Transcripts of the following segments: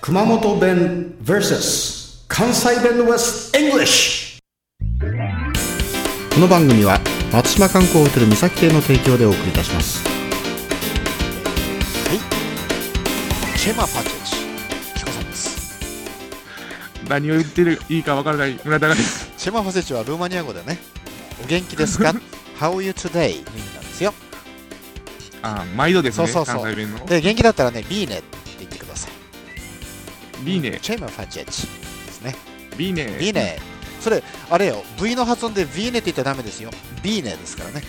熊本弁 VS 関西弁 West English この番組は松島観光ホテル三崎邸の提供でお送りいたしますチェマパケージ。チコさんです。何を言ってるいいか分からない村田がです。チェマパケージはルーマニア語でね、お元気です か ?How are you today? って意味なんですよ。あー、毎度ですね。そうそうそう関西弁の。で、元気だったらね、ビーネって言ってください。ビーネ、チェマパケージですね。ビーネ、ビーネ。それ、あれよ、V の発音で V ネって言ったらダメですよ。ビーネですからね。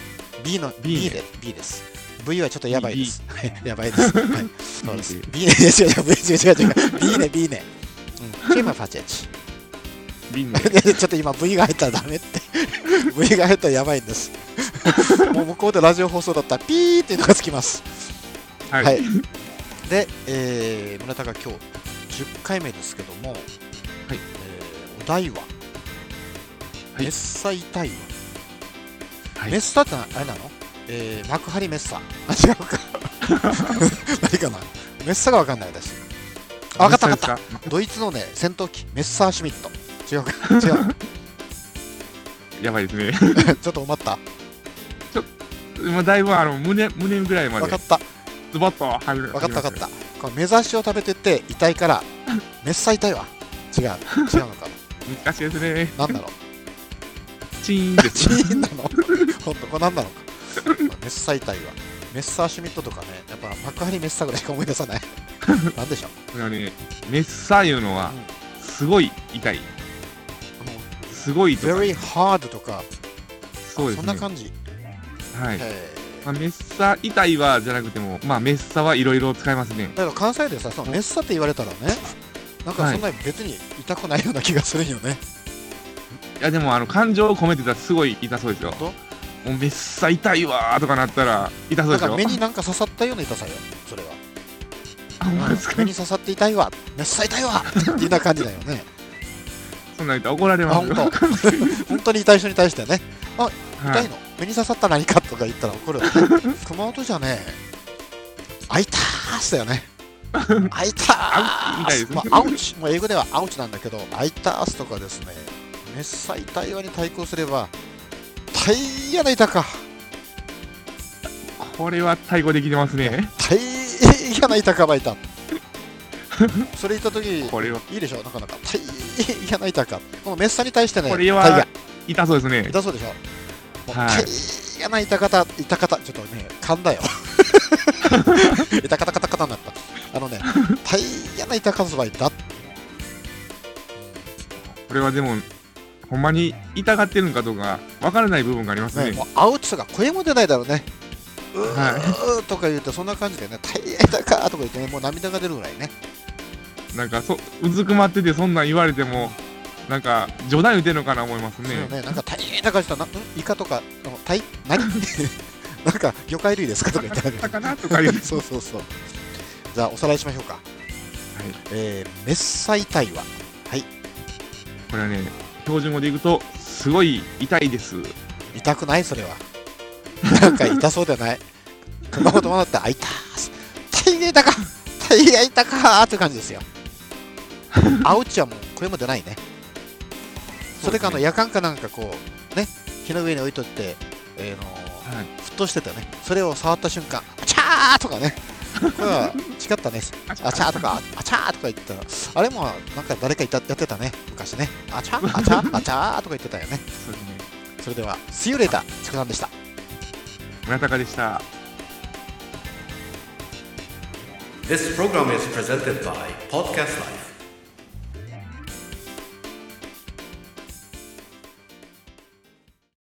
B のビ B ーネで B です。V はちょっとやばいです。はい やばいです。はい、そうです。B ネ、違う違う違う違う違う。B ネ、B ネ。うん、チェマパケージ。 ビーネ。でちょっと今 V が入ったらダメって V が入ったらやばいんですもう向こうでラジオ放送だったらピーっていうのがつきますはい。はいで、えー村田が今日10回目ですけども、えーお題は、はいメッサイ対話、はいメッサってなあれなの、えー幕張メッサあ違うか 何かなメッサが分かんない私あ分かった分かったた。ドイツのね戦闘機メッサーシュミット違 うか違う やばいですね。ちょっと待った まあ、だいぶあの胸胸ぐらいまで分かったズバッとはる。分かった分かっはたこれ目指しを食べてて痛 いからメッサ痛いわ違う違うのかりました。難しいですね。ななんだろチーンで うチす。ーンなの本当これなんなのかメッサ痛いわメッサーシュミットとかねやっぱ幕張メッサぐらいしか思い出 さないなんでしょうこれはね、メッサーいうのはすごい痛い。すごいとか。 very hard とかそうですね。んな感じ、はい。えーまあ、メッサー痛いはじゃなくても、まあメッサーはいろいろ使いますね。だから関西でさそのメッサって言われたらねなんかそんなに別に痛くないような気がするんよね、いやでもあの感情を込めてたらすごい痛そうですよ。本もうメッサー痛いわーとかなったら痛そうなんですかよ目。になんか刺さったような痛さよそれはあ、ほんまですか目に刺さって痛いわメッサ痛いわっていうな感じだよねそん なん言ったら怒られますよ。あ本本当 に痛い人に対してね、は痛いの目に刺さった何かとか言った ら怒るわ熊本じゃねあいたーっすよねあいたみたいでーすまあ、アウチ、まあ、英語ではアウチなんだけどあいたーすとかですねメッサ痛いわに対抗すれば大変な痛かこれは対抗できてますね。大変な痛かば いたそれ言った時これは、いいでしょなかなか大変な痛かこのメッサに対してねこれは大変痛そうですね。痛そうでしょもうはい大嫌な痛方痛方ちょっとね噛ん だよ痛方方方になったあ のね大嫌な痛方そばいだこれはでも、ほんまに痛がってるのかどうかわからない部分がありますねね。もうアウトが声も出ないだろうねうはいーとか言うとそんな感じでね大変だかとか言ってねもう涙が出るぐらいねなんかそ、うずくまっててそんなん言われても、なんか冗談言うてんのかな思いますそうね。ねなんか大変な感じだな、んイカとかあの大 何なんか魚介類ですかとか言ってだかなと か言うそうそうそう。じゃあおさらいしましょうか。えーメッサイ対話。これはね、標準語でいくと、すごい痛いです。痛くないそれは。なんか痛そうじゃない。熊本もだって、あいたーす。大変痛か大変痛かーって感じですよ。アウチはもう声も出ないね。それかあそうですのね夜間かなんかこう、ね、火の上に置いとって、えーのーはい沸騰してたね。それを触った瞬間、あちゃーとかね。これは違ったね。あちゃーとか、あちゃーとか言ってたら、あれもなんか誰かいたやってたね、昔ね。あちゃー、あちゃー、あちゃーとか言ってたよね。そうですね。それでは、See you later! チコさんでした。村高でした。 This program is presented by Podcast Life.